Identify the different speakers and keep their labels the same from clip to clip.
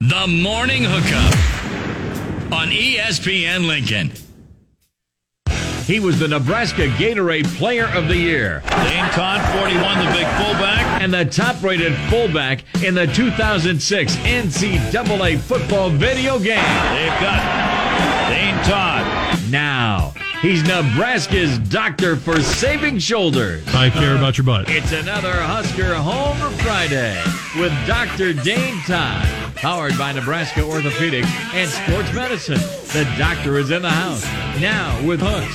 Speaker 1: The Morning Hookup on
Speaker 2: E
Speaker 1: ESPN Lincoln.
Speaker 2: He was the Nebraska Gatorade Player of the Year
Speaker 1: Dane Todd, 41, the big fullback.
Speaker 2: and the top rated fullback in the 2006 NCAA football video game.
Speaker 1: They've got Dane Todd.
Speaker 2: Now, he's Nebraska's doctor for saving shoulders.
Speaker 3: I care about your butt.
Speaker 2: It's another Husker Home Friday with Dr. Dane Todd, powered by Nebraska Orthopedic and Sports Medicine. The doctor is in the house now with hooks.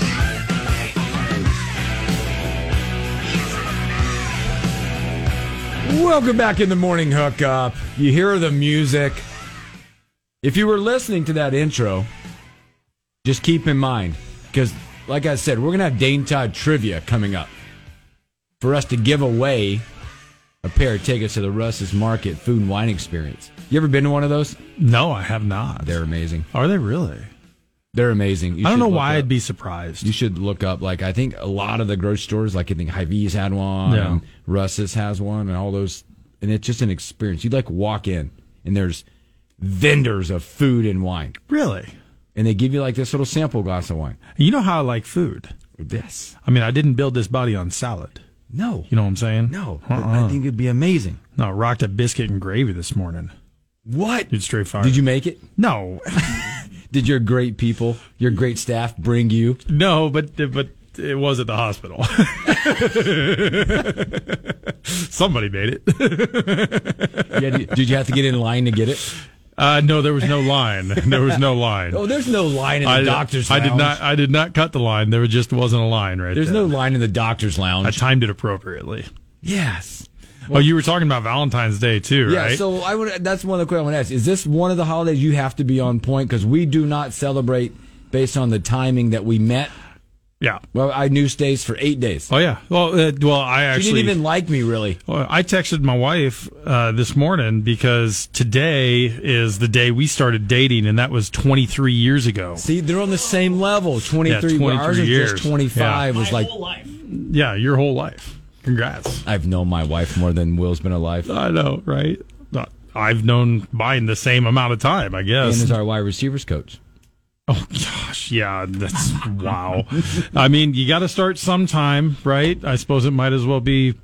Speaker 4: Welcome back in the morning hookup. You hear the music. If you were listening to that intro, just keep in mind because, like I said, we're going to have Dane Todd trivia coming up for us to give away a pair of tickets to the Russ's Market Food and Wine Experience. You ever been to one of those?
Speaker 3: No, I have not.
Speaker 4: They're amazing.
Speaker 3: Are they really?
Speaker 4: They're amazing. You
Speaker 3: I don't
Speaker 4: should
Speaker 3: know
Speaker 4: look
Speaker 3: why
Speaker 4: up.
Speaker 3: I'd be surprised.
Speaker 4: You should look up. Like I think a lot of the grocery stores, like I think Hy-Vee's had one,
Speaker 3: Yeah.
Speaker 4: and Russ's has one, and all those. And it's just an experience. You like walk in, and there's vendors of food and wine,
Speaker 3: really?
Speaker 4: and they give you like this little sample glass of wine.
Speaker 3: You know how I like food.
Speaker 4: Yes.
Speaker 3: I mean, I didn't build this body on salad.
Speaker 4: No.
Speaker 3: You know what I'm saying?
Speaker 4: No. but
Speaker 3: Uh-uh.
Speaker 4: I think it'd be amazing.
Speaker 3: no, I rocked a biscuit and gravy this morning.
Speaker 4: What?
Speaker 3: Dude, straight fire.
Speaker 4: Did you make it?
Speaker 3: No,
Speaker 4: Did your great people, your great staff, bring you?
Speaker 3: no, but but it was at the hospital. Somebody made it.
Speaker 4: You had to- did you have to get in line to get it?
Speaker 3: Uh, no, there was no line. There was no line.
Speaker 4: Oh, there's no line in the
Speaker 3: I,
Speaker 4: doctor's.
Speaker 3: I did
Speaker 4: lounge.
Speaker 3: not. I did not cut the line. There just wasn't a line right
Speaker 4: There's no
Speaker 3: there.
Speaker 4: line in the doctor's
Speaker 3: I
Speaker 4: lounge.
Speaker 3: timed it appropriately.
Speaker 4: yes.
Speaker 3: oh, you were talking about Valentine's Day too,
Speaker 4: Yeah,
Speaker 3: right?
Speaker 4: so I would. That's one of the questions I want to ask. Is this one of the holidays you have to be on point because we do not celebrate based on the timing that we met?
Speaker 3: yeah.
Speaker 4: Well, I knew stays for eight days.
Speaker 3: Oh yeah. Well, uh, well, I
Speaker 4: She
Speaker 3: actually
Speaker 4: didn't even like me really.
Speaker 3: Well, I texted my wife uh, this morning because today is the day we started dating, and that was 23 years ago.
Speaker 4: See, they're on the same level. Twenty three.
Speaker 3: 23
Speaker 4: ours was
Speaker 3: years.
Speaker 4: just twenty five. Was like
Speaker 3: Yeah, your whole life. Congrats.
Speaker 4: I've known my wife more than Will's been alive.
Speaker 3: I know, right? Uh, I've known Biden the same amount of time, I
Speaker 4: And
Speaker 3: guess.
Speaker 4: is our wide receivers coach.
Speaker 3: Oh gosh, yeah, that's wow. I mean, you got to start sometime, right? I suppose it might as well be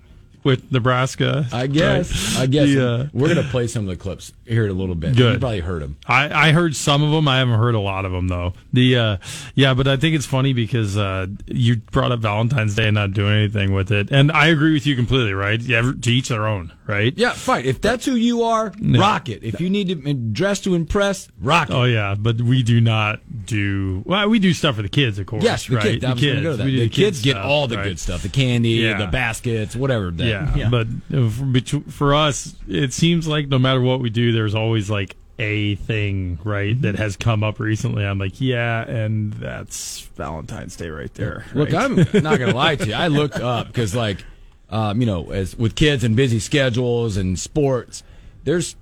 Speaker 3: with Nebraska.
Speaker 4: I guess. I guess
Speaker 3: Yeah.
Speaker 4: we're gonna play some of the clips here in a little bit.
Speaker 3: Good.
Speaker 4: You probably heard them.
Speaker 3: I, I heard some of them. I haven't heard a lot of them though. The uh, yeah, but I think it's funny because uh, you brought up Valentine's Day and not doing anything with it, and I agree with you completely. Right? Yeah, to each their own. Right?
Speaker 4: Yeah, fine. If that's who you are, rock it. If you need to dress to impress, rock it.
Speaker 3: Oh yeah, but we do not do. Well, we do stuff for the kids, of course.
Speaker 4: Yes, the
Speaker 3: right?
Speaker 4: kids. I was gonna go to that.
Speaker 3: We do
Speaker 4: The
Speaker 3: kid
Speaker 4: kids get
Speaker 3: stuff,
Speaker 4: all the
Speaker 3: right?
Speaker 4: good stuff: the candy,
Speaker 3: Yeah.
Speaker 4: the baskets, whatever. That,
Speaker 3: Yeah, but uh, for, betw- for us, it seems like no matter what we do, there's always like a thing, right,
Speaker 4: Mm-hmm.
Speaker 3: that has come up recently. I'm like, yeah, and that's Valentine's Day right there.
Speaker 4: look,
Speaker 3: right?
Speaker 4: I'm not gonna lie to you. I looked up because, like, um, you know, as with kids and busy schedules and sports, there's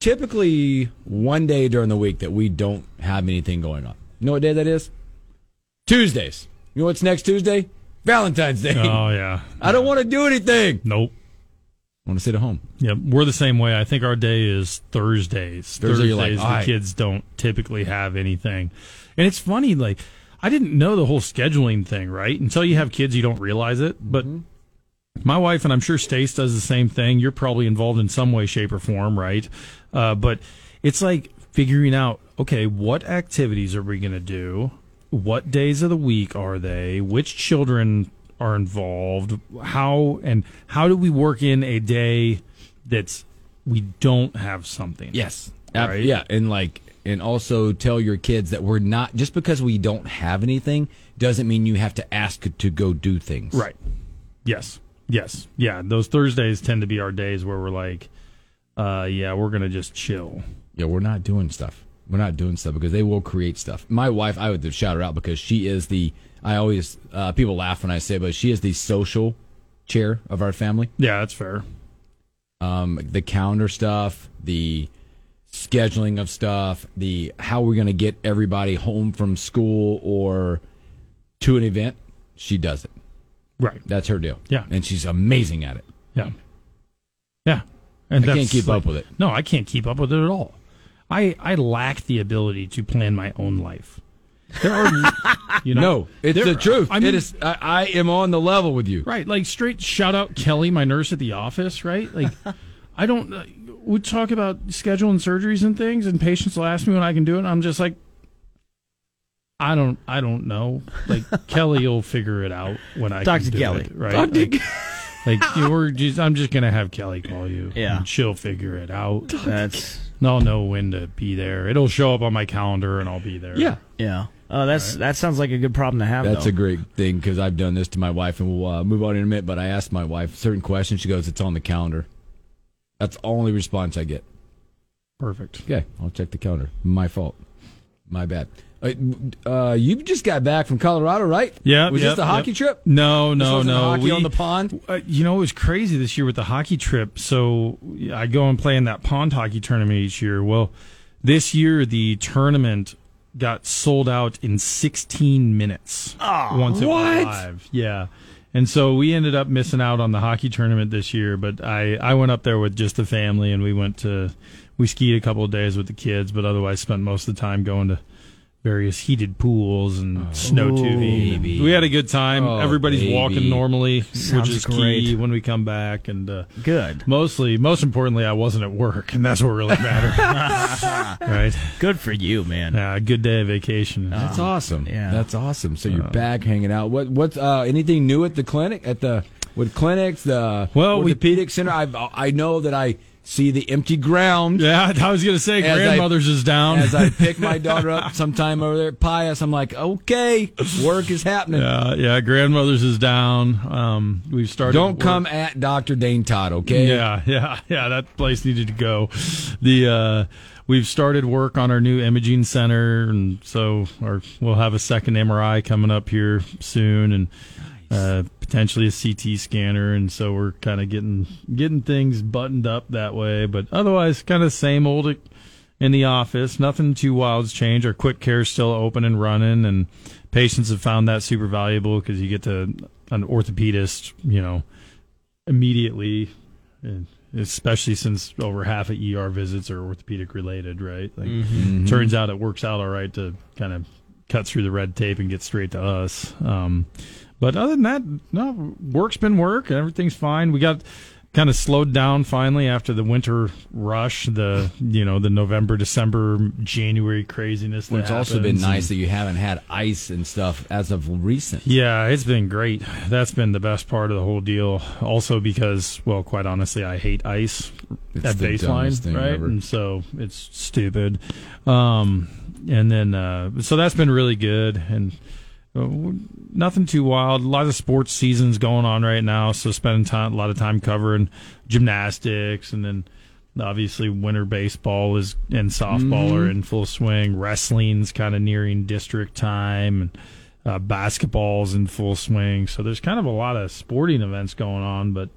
Speaker 4: typically one day during the week that we don't have anything going on. You know what day that is? Tuesdays. You know what's next Tuesday? Valentine's Day.
Speaker 3: Oh yeah.
Speaker 4: I don't want to do anything.
Speaker 3: Nope.
Speaker 4: I want to sit at home.
Speaker 3: Yeah, we're the same way. I think our day is Thursdays.
Speaker 4: Thursday, you're like,
Speaker 3: Thursdays,
Speaker 4: "All
Speaker 3: the
Speaker 4: right."
Speaker 3: kids don't typically have anything, and it's funny. Like, I didn't know the whole scheduling thing, right? Until you have kids, you don't realize it. But
Speaker 4: Mm-hmm.
Speaker 3: my wife and I'm sure Stace does the same thing. You're probably involved in some way, shape, or form, right? Uh, but it's like figuring out, okay, what activities are we going to do? What days of the week are they? Which children are involved? How and how do we work in a day that's we don't have something?
Speaker 4: Yes.
Speaker 3: Right?
Speaker 4: Ab- Yeah, and like and also tell your kids that we're not just because we don't have anything doesn't mean you have to ask to go do things.
Speaker 3: Right. Yes. Yes. Yeah. Those Thursdays tend to be our days where we're like, uh, yeah, we're gonna just chill.
Speaker 4: Yeah, we're not doing stuff. We're not doing stuff because they will create stuff. My wife, I would shout her out because she is the I always uh, people laugh when I say, but she is the social chair of our family.
Speaker 3: Yeah, that's fair.
Speaker 4: um, the calendar stuff, the scheduling of stuff, the how we're going to get everybody home from school or to an event. She does it.
Speaker 3: Right.
Speaker 4: That's her deal.
Speaker 3: Yeah.
Speaker 4: and she's amazing at it.
Speaker 3: Yeah. Yeah. And
Speaker 4: I can't
Speaker 3: that's
Speaker 4: keep
Speaker 3: like-
Speaker 4: up with it.
Speaker 3: No, I can't keep up with it at all. I, I lack the ability to plan my own life. There are, you know,
Speaker 4: No, it's
Speaker 3: there-
Speaker 4: the truth.
Speaker 3: I mean,
Speaker 4: it is. I, I am on the level with you.
Speaker 3: Right, like straight shout out Kelly, my nurse at the office. Right, like I don't. Uh, we talk about scheduling surgeries and things, and patients will ask me when I can do it. And I'm just like, I don't, I don't know. Like Kelly will figure it out when I
Speaker 5: Dr.
Speaker 3: can do
Speaker 5: Kelly.
Speaker 3: it, right? like, like, you were just, I'm just gonna have Kelly call you.
Speaker 5: Yeah.
Speaker 3: and she'll figure it out.
Speaker 5: That's
Speaker 3: And I'll know when to be there. It'll show up on my calendar, and I'll be there.
Speaker 4: Yeah,
Speaker 5: yeah. Oh, that's that sounds like a good problem to have.
Speaker 4: that's
Speaker 5: though.
Speaker 4: a great thing because I've done this to my wife, and we'll uh, move on in a minute. But I asked my wife certain questions. She goes, "It's on the calendar." That's the only response I get.
Speaker 3: perfect.
Speaker 4: Okay, I'll check the calendar. My fault. My bad. Uh, uh, you just got back from Colorado, right?
Speaker 3: Yeah,
Speaker 4: Was
Speaker 3: yep,
Speaker 4: this the hockey
Speaker 3: yep.
Speaker 4: trip?
Speaker 3: No,
Speaker 4: This
Speaker 3: no,
Speaker 4: wasn't
Speaker 3: no.
Speaker 4: the hockey
Speaker 3: We-
Speaker 4: on the pond.
Speaker 3: Uh, you know, it was crazy this year with the hockey trip. So I go and play in that pond hockey tournament each year. Well, this year the tournament got sold out in 16 minutes once it was
Speaker 4: Ah, what?
Speaker 3: live. Yeah. And so we ended up missing out on the hockey tournament this year, but I, I went up there with just the family and we went to, we skied a couple of days with the kids, but otherwise spent most of the time going to various heated pools and
Speaker 4: Oh.
Speaker 3: snow tubing.
Speaker 4: baby.
Speaker 3: We had a good time.
Speaker 4: Oh,
Speaker 3: Everybody's
Speaker 4: baby.
Speaker 3: walking normally,
Speaker 5: Sounds
Speaker 3: which is key
Speaker 5: great.
Speaker 3: when we come back. And uh,
Speaker 5: good.
Speaker 3: mostly, most importantly, I wasn't at work, and that's what really mattered. right?
Speaker 5: Good for you, man.
Speaker 3: Yeah, good day of vacation.
Speaker 4: That's awesome.
Speaker 5: yeah.
Speaker 4: that's awesome. So you're back hanging out. What what's uh, anything new at the clinic at the with clinics the
Speaker 3: Well, we-
Speaker 4: orthopedic center? I I know that I see the empty ground.
Speaker 3: yeah, I was gonna say
Speaker 4: As I-
Speaker 3: grandmother's is down.
Speaker 4: As I pick my daughter up sometime over there at Pius, I'm like, okay, work is happening.
Speaker 3: yeah, yeah, grandmother's is down. Um, we've started.
Speaker 4: Don't
Speaker 3: work-
Speaker 4: come at Dr. Dane Todd, okay?
Speaker 3: Yeah, yeah, yeah. That place needed to go. The uh, we've started work on our new imaging center, and so our, we'll have a second MRI coming up here soon, and uh, potentially a CT scanner. And so we're kind of getting getting things buttoned up that way. But otherwise, kind of same old in the office. Nothing too wild's changed. Our quick care's still open and running, and patients have found that super valuable because you get to an orthopedist, you know, immediately, and especially since over half of ER visits are orthopedic related, right? Like,
Speaker 4: Mm-hmm.
Speaker 3: turns out it works out all right to kind of cut through the red tape and get straight to us. Um, but other than that, no, work's been work. Everything's fine. We got kind of slowed down finally after the winter rush, the you know the November, December, January craziness. that
Speaker 4: Well, It's also been
Speaker 3: happens.
Speaker 4: nice that you haven't had ice and stuff as of recent.
Speaker 3: Yeah, it's been great. That's been the best part of the whole deal. Also because, well, quite honestly, I hate ice
Speaker 4: It's
Speaker 3: at
Speaker 4: the
Speaker 3: baseline,
Speaker 4: dumbest thing
Speaker 3: right?
Speaker 4: ever.
Speaker 3: And so it's stupid. Um, and then uh, so that's been really good and. uh, Nothing too wild. A lot of sports seasons going on right now, so spending time, a lot of time covering gymnastics, and then obviously winter baseball is and softball
Speaker 4: Mm-hmm.
Speaker 3: are in full swing. Wrestling's kind of nearing district time, and uh, basketball's in full swing. So there's kind of a lot of sporting events going on, but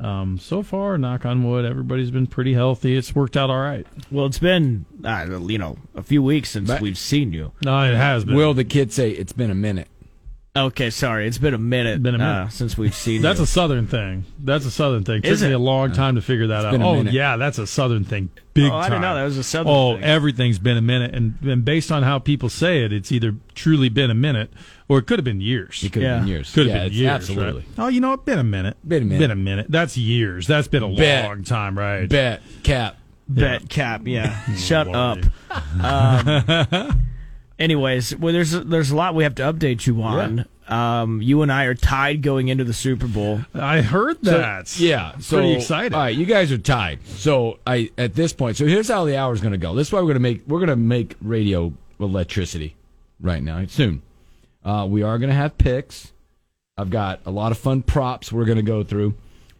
Speaker 3: um, so far, knock on wood, everybody's been pretty healthy. It's worked out all right.
Speaker 5: Well, it's been uh, you know a few weeks since
Speaker 4: But-
Speaker 5: we've seen you.
Speaker 3: No, it has been.
Speaker 4: Will the kids say it's been a minute?
Speaker 5: Okay, sorry, it's been a minute,
Speaker 3: Been a minute.
Speaker 5: Uh, since we've seen
Speaker 3: that's
Speaker 5: you.
Speaker 3: a southern thing. That's a southern thing. Took
Speaker 5: Is
Speaker 3: me
Speaker 5: it?
Speaker 3: a long time to figure that out.
Speaker 4: Oh. been a
Speaker 3: Oh
Speaker 4: minute.
Speaker 3: yeah, that's a southern thing. Big
Speaker 5: Oh, I
Speaker 3: time.
Speaker 5: didn't know that was a Southern
Speaker 3: Oh,
Speaker 5: thing.
Speaker 3: everything's been a minute, and, and based on how people say it, it's either truly been a minute or it could have been years.
Speaker 4: It could have
Speaker 5: Yeah.
Speaker 4: been years.
Speaker 3: Could have
Speaker 4: yeah,
Speaker 3: been
Speaker 4: it's
Speaker 3: years.
Speaker 4: Absolutely.
Speaker 3: right? Oh, you know, it's been a minute.
Speaker 4: Been a minute.
Speaker 3: Been a minute. That's years. That's been a
Speaker 4: Bet.
Speaker 3: long time, right?
Speaker 4: Bet, cap.
Speaker 5: bet cap. Yeah, shut up.
Speaker 3: Lordy.
Speaker 5: Anyways, well, there's there's a lot we have to update you on. Um, you and I are tied going into the Super Bowl.
Speaker 3: I heard that.
Speaker 4: yeah, so
Speaker 3: pretty excited.
Speaker 4: All right, you guys are tied. So I at this point, so here's how the hour's going to go. This is why we're going to make we're going to make radio electricity right now soon. Uh, we are going to have picks. I've got a lot of fun props we're going to go through,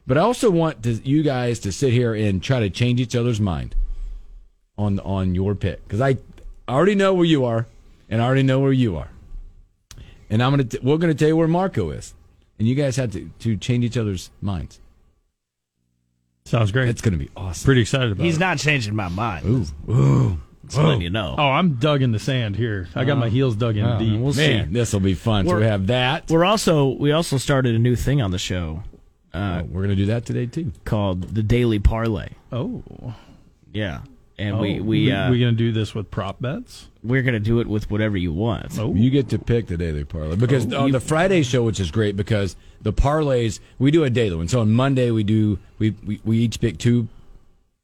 Speaker 4: but I also want to, you guys to sit here and try to change each other's mind on on your pick because I I already know where you are and I already know where you are, and I'm gonna t- we're going to tell you where Marco is, and you guys have to to change each other's minds.
Speaker 3: Sounds great.
Speaker 4: It's going to be awesome.
Speaker 3: pretty excited about
Speaker 5: He's
Speaker 3: it.
Speaker 5: not changing my mind.
Speaker 4: Ooh, ooh.
Speaker 5: Just letting you know.
Speaker 3: Oh, I'm dug in the sand here. I got my heels dug in deep.
Speaker 5: we'll see.
Speaker 4: Man, this will be fun. so
Speaker 5: We're-
Speaker 4: we have that. We're,
Speaker 5: We're also we also started a new thing on the show
Speaker 4: Uh, we're going to do that today too.
Speaker 5: called the Daily Parlay.
Speaker 3: Oh,
Speaker 5: Yeah, and we
Speaker 3: Oh,
Speaker 5: we uh,
Speaker 3: we
Speaker 5: we,
Speaker 3: gonna do this with prop bets?
Speaker 5: are gonna do it with whatever you want.
Speaker 3: Oh,
Speaker 4: You get to pick the daily parlay because
Speaker 5: Oh,
Speaker 4: on the Friday show, which is great because the parlays we do a daily one. So on Monday we do we we, we each pick two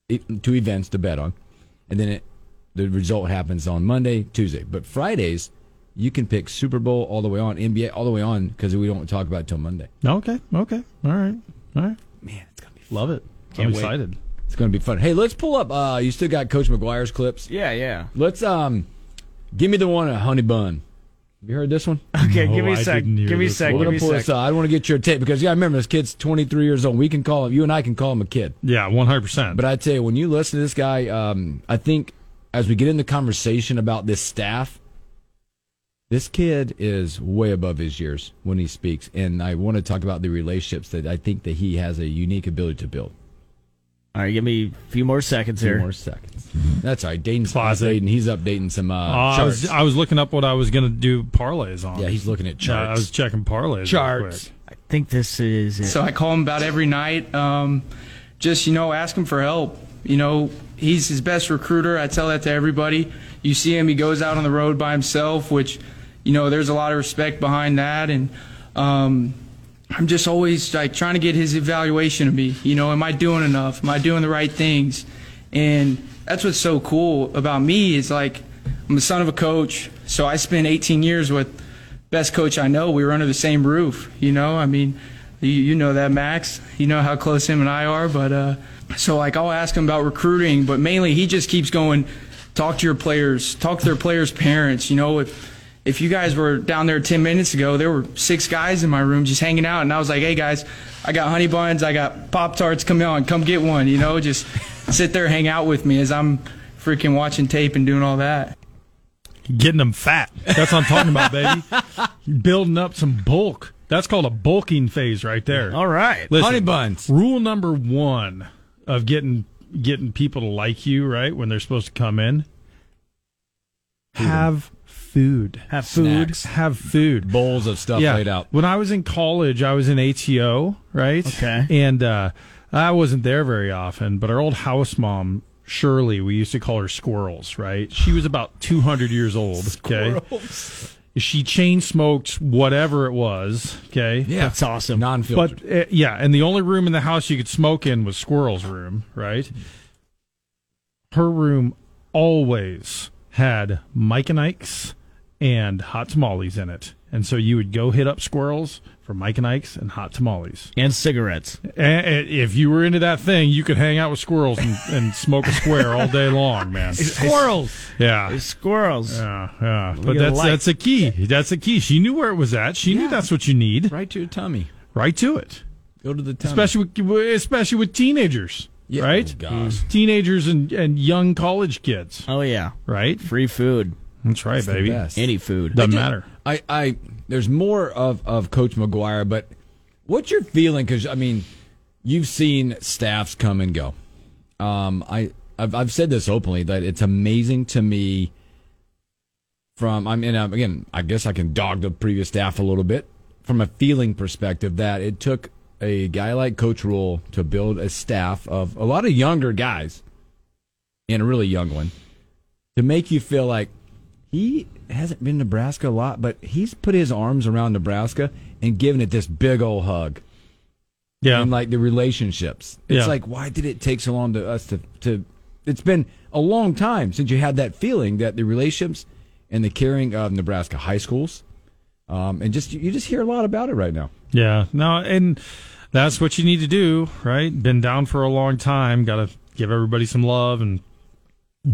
Speaker 4: e- two events to bet on, and then it, the result happens on Monday, Tuesday. But Fridays you can pick Super Bowl all the way on, NBA all the way on because we don't talk about it till Monday.
Speaker 3: okay, okay, all right, all right.
Speaker 4: Man, it's gonna be
Speaker 3: Love it.
Speaker 4: Can't
Speaker 3: I'm
Speaker 4: wait.
Speaker 3: excited.
Speaker 4: it's gonna be fun. Hey, let's pull up. Uh, you still got Coach McGuire's clips.
Speaker 5: Yeah, yeah.
Speaker 4: Let's um, give me the one at Honey Bun. Have you heard this one?
Speaker 5: Okay,
Speaker 3: No,
Speaker 5: give me a
Speaker 3: I
Speaker 5: sec.
Speaker 3: didn't hear
Speaker 5: Give me a
Speaker 3: this
Speaker 5: sec.
Speaker 3: one.
Speaker 4: We're
Speaker 5: Give
Speaker 4: gonna
Speaker 5: me
Speaker 4: pull
Speaker 5: a
Speaker 4: this
Speaker 5: sec.
Speaker 4: out. I want to get your tape because you gotta remember this kid's 23 years old. We can call him. You and I can call him a kid.
Speaker 3: Yeah, one hundred percent.
Speaker 4: But I tell you, when you listen to this guy, um, I think as we get in the conversation about this staff, this kid is way above his years when he speaks, and I want to talk about the relationships that I think that he has a unique ability to build.
Speaker 5: All right, give me a few more seconds
Speaker 4: Two
Speaker 5: here.
Speaker 4: more seconds. That's all right. Dayton's
Speaker 3: Closet. Oh,
Speaker 4: Dayton, he's updating some uh,
Speaker 3: I
Speaker 4: charts.
Speaker 3: was I was looking up what I was gonna do parlays on.
Speaker 4: yeah, he's looking at
Speaker 3: Yeah, I
Speaker 4: charts.
Speaker 3: was checking parlays. real
Speaker 6: Charts.
Speaker 5: I think this is it.
Speaker 6: So I call him about every night. Um, just you know, ask him for help. You know, he's his best recruiter. I tell that to everybody. You see him, he goes out on the road by himself, which you know, there's a lot of respect behind that. And um, I'm just always like trying to get his evaluation of me. You know, am I doing enough? Am I doing the right things? And that's what's so cool about me is like I'm the son of a coach, so I spent 18 years with best coach I know. We were under the same roof. You know, I mean, you, you know that Max. You know how close him and I are. But uh, so like I'll ask him about recruiting, but mainly he just keeps going. Talk to your players. Talk to their players' parents. You know if. If you guys were down there 10 minutes ago, there were six guys in my room just hanging out, and I was like, "Hey guys, I got honey buns, I got pop tarts. Come on, come get one." You know, just sit there, hang out with me as I'm freaking watching tape and doing all that.
Speaker 3: quick. Getting them fat. That's what I'm talking about, baby. Building up some bulk. That's called a bulking phase right there.
Speaker 5: All right.
Speaker 3: Listen,
Speaker 4: Honey buns.
Speaker 3: Rule number one of getting getting people to like you right when they're supposed to come in. Have food.
Speaker 5: Have food.
Speaker 4: Snacks.
Speaker 3: Have food.
Speaker 4: Bowls of stuff laid out.
Speaker 3: When I was in college, I was in ATO, right?
Speaker 5: Okay.
Speaker 3: And uh, I wasn't there very often, but our old house mom, Shirley, we used to call her Squirrels, right? She was about 200 years old. Okay. She chain smoked whatever it was. Okay.
Speaker 4: yeah,
Speaker 5: That's awesome.
Speaker 4: Non-filtered.
Speaker 3: But uh, yeah, and the only room in the house you could smoke in was Squirrel's room, right? Her room always had Mike and Ike's and hot tamales in it, and so you would go hit up Squirrels for Mike and Ike's and hot tamales.
Speaker 5: And cigarettes.
Speaker 3: And, and if you were into that thing, you could hang out with Squirrels and, and smoke a square all day long, man.
Speaker 5: Squirrels.
Speaker 3: Yeah.
Speaker 5: Squirrels.
Speaker 3: Yeah, yeah.
Speaker 5: get a
Speaker 3: but that's
Speaker 5: light.
Speaker 3: that's a key. That's a key. She knew where it was at. She knew that's what you need.
Speaker 4: right to your tummy.
Speaker 3: right to it.
Speaker 4: Go to the tummy.
Speaker 3: especially with, especially with teenagers,
Speaker 4: Yeah.
Speaker 3: right? Mm-hmm.
Speaker 4: Oh, gosh.
Speaker 3: Teenagers and, and young college kids,
Speaker 5: Oh yeah.
Speaker 3: right?
Speaker 5: Free food.
Speaker 3: That's right, baby.
Speaker 4: best.
Speaker 5: Any food.
Speaker 3: Doesn't matter.
Speaker 4: I, I, there's more of, of Coach McGuire, but what's your feeling? Because I mean, you've seen staffs come and go. Um, I, I've, I've said this openly that it's amazing to me. From I mean, um, again, I guess I can dog the previous staff a little bit from a feeling perspective that it took a guy like Coach Rule to build a staff of a lot of younger guys and a really young one to make you feel like he hasn't been to Nebraska a lot, but he's put his arms around Nebraska and given it this big old hug.
Speaker 3: Yeah,
Speaker 4: And like the relationships. It's
Speaker 3: Yeah.
Speaker 4: like why did it take so long to us to, to it's been a long time since you had that feeling that the relationships and the caring of Nebraska high schools. Um, and just you just hear a lot about it right now.
Speaker 3: yeah. No, and that's what you need to do, right? Been down for a long time. Got to give everybody some love and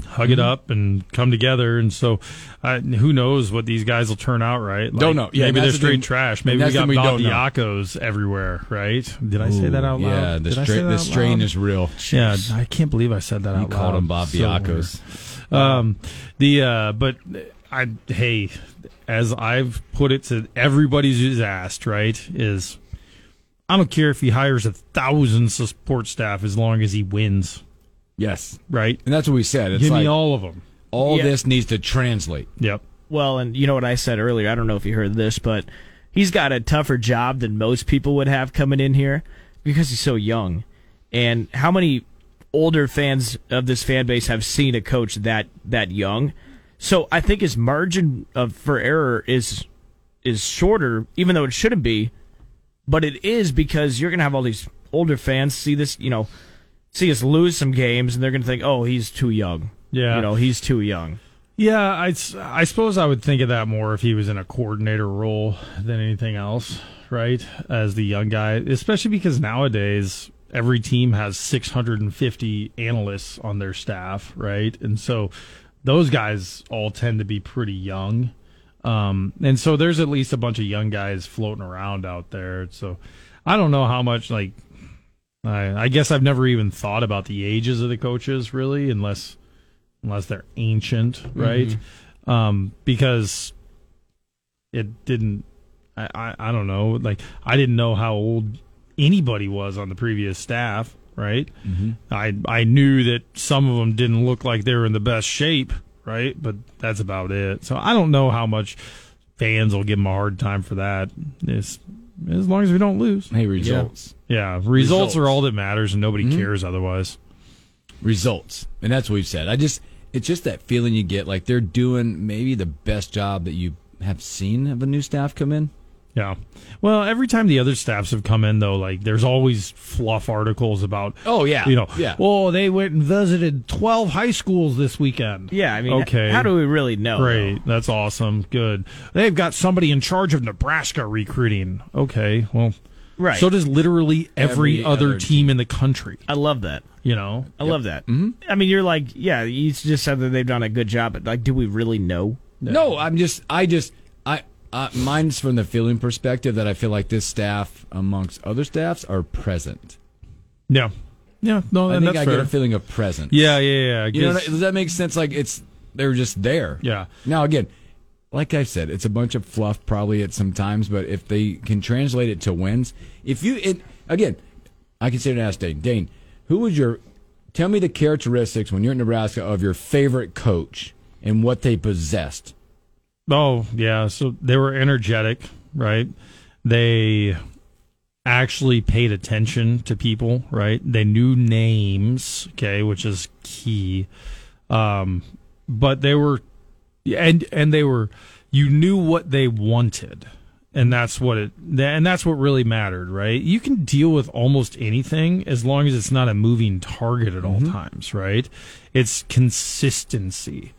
Speaker 3: hug
Speaker 4: Mm-hmm.
Speaker 3: it up and come together. And so, I, who knows what these guys will turn out, right? Like,
Speaker 4: Don't know. Yeah,
Speaker 3: maybe
Speaker 4: that's
Speaker 3: they're
Speaker 4: the
Speaker 3: straight
Speaker 4: thing-
Speaker 3: trash.
Speaker 4: and
Speaker 3: Maybe we
Speaker 4: that's the
Speaker 3: got
Speaker 4: thing we don't know.
Speaker 3: Badiacos everywhere, right? Did I say that out loud?
Speaker 4: Yeah, the
Speaker 3: Did I say
Speaker 4: strain
Speaker 3: that
Speaker 4: the
Speaker 3: out
Speaker 4: strain
Speaker 3: loud?
Speaker 4: is real.
Speaker 3: Yeah, I can't believe I said that
Speaker 4: You
Speaker 3: out loud.
Speaker 4: called him Bob
Speaker 3: Somewhere.
Speaker 4: Biacos.
Speaker 3: Um, the uh, but I hey, as I've put it to everybody's who's asked, right? Is I don't care if he hires a thousand support staff as long as he wins,
Speaker 4: Yes.
Speaker 3: right?
Speaker 4: And that's what we said. It's
Speaker 3: Give
Speaker 4: like
Speaker 3: me
Speaker 4: all,
Speaker 3: all of them.
Speaker 5: Yeah.
Speaker 4: this needs to translate.
Speaker 3: Yep.
Speaker 5: Well, and you know what I said earlier. I don't know if you heard this, but he's got a tougher job than most people would have coming in here because he's so young. And how many older fans of this fan base have seen a coach that that young. So I think his margin of for error is is shorter, even though it shouldn't be, but it is because you're gonna have all these older fans see this, you know, see us lose some games, and they're gonna think, oh, he's too young.
Speaker 3: Yeah.
Speaker 5: you know, he's too young.
Speaker 3: Yeah, I, s- I suppose I would think of that more if he was in a coordinator role than anything else, right? As the young guy, especially because nowadays every team has 650 analysts on their staff, right? And so those guys all tend to be pretty young. Um, and so there's at least a bunch of young guys floating around out there. So I don't know how much, like, I, I guess I've never even thought about the ages of the coaches really, unless unless they're ancient, right? Um, because it didn't. I, I I don't know. Like I didn't know how old anybody was on the previous staff, right? I I knew that some of them didn't look like they were in the best shape, right? But that's about it. So I don't know how much fans will give them a hard time for that. It's, as long as we don't lose.
Speaker 4: Hey, results.
Speaker 3: Yeah, results, are
Speaker 4: Results. Mm-hmm.
Speaker 3: all that matters, and nobody cares otherwise.
Speaker 4: Results. And that's what we've said. I just, it's just that feeling you get like they're doing maybe the best job that you have seen of a new staff come in.
Speaker 3: Yeah. Well, every time the other staffs have come in, though, like there's always fluff articles about.
Speaker 4: Oh, yeah.
Speaker 3: You know.
Speaker 4: Yeah.
Speaker 3: Oh, they went and visited 12 high schools this weekend.
Speaker 5: Yeah, I mean,
Speaker 3: Okay.
Speaker 5: how do we really know?
Speaker 3: Great. That's awesome. Good. They've got somebody in charge of Nebraska recruiting. Okay. Well.
Speaker 5: Right.
Speaker 3: So does literally every,
Speaker 4: Every
Speaker 3: other
Speaker 4: other
Speaker 3: team in the country.
Speaker 5: I love that.
Speaker 3: You know.
Speaker 5: I love that.
Speaker 3: Mm-hmm.
Speaker 5: I mean, you're like, yeah, you just said that they've done a good job, but like, do we really know?
Speaker 4: No, I'm just, I just, I, uh, mine's from the feeling perspective that I feel like this staff, amongst other staffs, are present.
Speaker 3: Yeah. Yeah. No.
Speaker 4: I
Speaker 3: and
Speaker 4: think
Speaker 3: that's
Speaker 4: I
Speaker 3: fair.
Speaker 4: get a feeling of presence.
Speaker 3: yeah. Yeah. Yeah. I
Speaker 4: You know,
Speaker 3: guess-
Speaker 4: does that make sense? Like it's they're just there.
Speaker 3: Yeah.
Speaker 4: Now again, like I said, it's a bunch of fluff probably at some times, but if they can translate it to wins, if you it again, I can sit and ask Dane. Dane, who was your? Tell me the characteristics when you're in Nebraska of your favorite coach and what they possessed.
Speaker 3: Oh, yeah. So they were energetic, right? They actually paid attention to people, right? They knew names, okay, which is key. Um, but they were, and and they were, you knew what they wanted, and that's what it, and that's what really mattered, right? You can deal with almost anything as long as it's not a moving target at all times, right? It's consistency.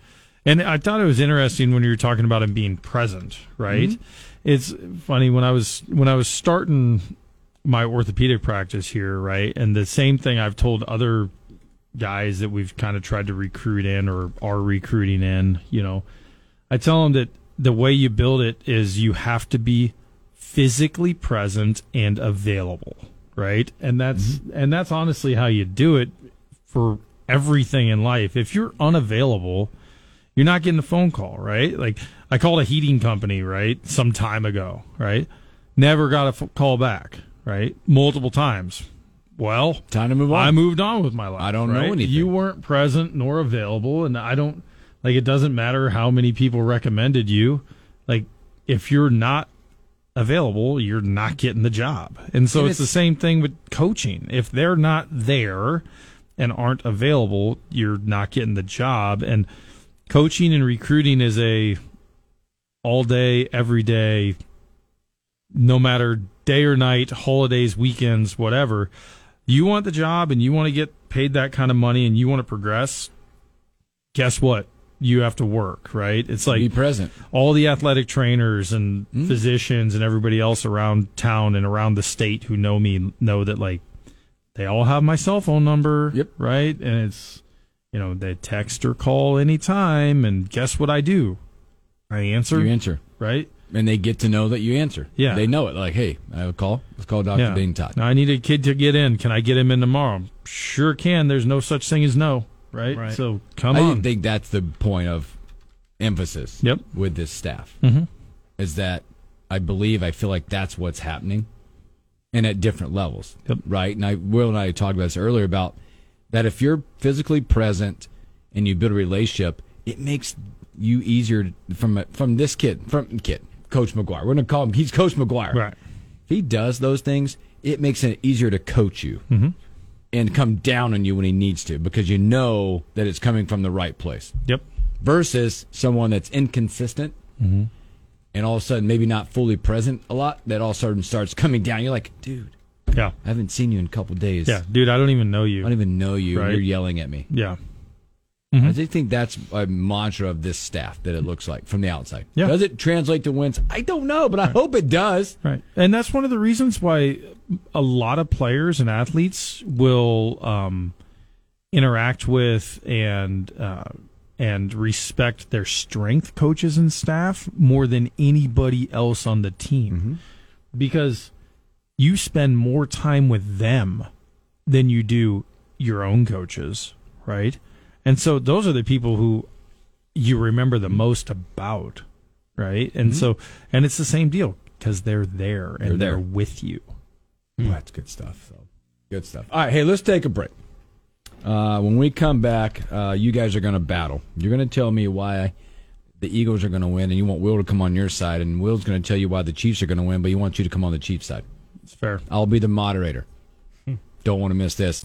Speaker 3: And I thought it was interesting when you were talking about him being present, right? It's funny when I was when I was starting my orthopedic practice here, right? And the same thing I've told other guys that we've kind of tried to recruit in or are recruiting in, you know, I tell them that the way you build it is you have to be physically present and available, right? And that's and that's honestly how you do it for everything in life. If you're unavailable, you're not getting the phone call, right? Like I called a heating company, right, some time ago, right? Never got a f- call back, right? Multiple times. Well,
Speaker 4: Time to move on.
Speaker 3: I moved on with my life.
Speaker 4: I don't know
Speaker 3: right?
Speaker 4: anything.
Speaker 3: You weren't present nor available, and I don't like. It doesn't matter how many people recommended you. Like if you're not available, you're not getting the job. And so
Speaker 4: And
Speaker 3: it's, the
Speaker 4: it's-
Speaker 3: same thing with coaching. If they're not there and aren't available, you're not getting the job. And coaching and recruiting is a all day, every day, no matter day or night, holidays, weekends, whatever. You want the job and you want to get paid that kind of money and you want to progress. Guess what? You have to work, right? It's like
Speaker 4: Be Hmm. present.
Speaker 3: all the athletic trainers and physicians and everybody else around town and around the state who know me know that like they all have my cell phone number
Speaker 4: Yep.
Speaker 3: right and it's you know they text or call anytime and guess what i do i answer
Speaker 4: You answer,
Speaker 3: right
Speaker 4: and they get to know that you answer.
Speaker 3: Yeah.
Speaker 4: they know it. Like, hey, I have a call. Let's call Doctor
Speaker 3: yeah
Speaker 4: Dane Todd.
Speaker 3: now i need a kid to get in can i get him in tomorrow sure can there's no such thing as no right,
Speaker 5: Right.
Speaker 3: so come
Speaker 4: I
Speaker 3: on
Speaker 4: think that's the point of emphasis
Speaker 3: Yep. Mm-hmm.
Speaker 4: with this staff is that I believe I feel like that's what's happening and at different levels
Speaker 3: Yep.
Speaker 4: right and I Will and I talked about this earlier about that if you're physically present and you build a relationship it makes you easier from a- from this kid from kid coach McGuire we're going to call him he's coach McGuire
Speaker 3: right Mm-hmm.
Speaker 4: if he does those things, it makes it easier to coach you. and come down on you when he needs to because you know that it's coming from the right place
Speaker 3: Yep.
Speaker 4: versus someone that's inconsistent
Speaker 3: Mm-hmm.
Speaker 4: and all of a sudden maybe not fully present a lot that all of a sudden starts coming down. You're like, dude,
Speaker 3: Yeah.
Speaker 4: I haven't seen you in a couple days.
Speaker 3: Yeah, dude, I don't even know
Speaker 4: I
Speaker 3: you.
Speaker 4: don't even know you.
Speaker 3: Right. Mm-hmm.
Speaker 4: You're yelling at me.
Speaker 3: yeah.
Speaker 4: I do think that's a mantra of this staff that it looks like from the outside.
Speaker 3: Mm. Yeah.
Speaker 4: Does it translate to wins? I don't know, but I hope it does.
Speaker 3: Right. And that's one of the reasons why a lot of players and athletes will um, interact with and uh, and respect their strength coaches and staff more than anybody else on the team. Because you spend more time with them than you do your own coaches, right? And so those are the people who you remember the most about, right? And so, and it's the same deal because they're there and
Speaker 4: They're
Speaker 3: they're,
Speaker 4: there.
Speaker 3: with you. Mm.
Speaker 4: That's good stuff. So good stuff. All right, hey, let's take a break. Uh, when we come back, uh, you guys are going to battle. You're going to tell me why the Eagles are going to win, and you want Will to come on your side, and Will's going to tell you why the Chiefs are going to win, but you want you to come on the Chiefs side.
Speaker 3: It's fair. Hmm.
Speaker 4: I'll be the moderator. Don't want to miss this.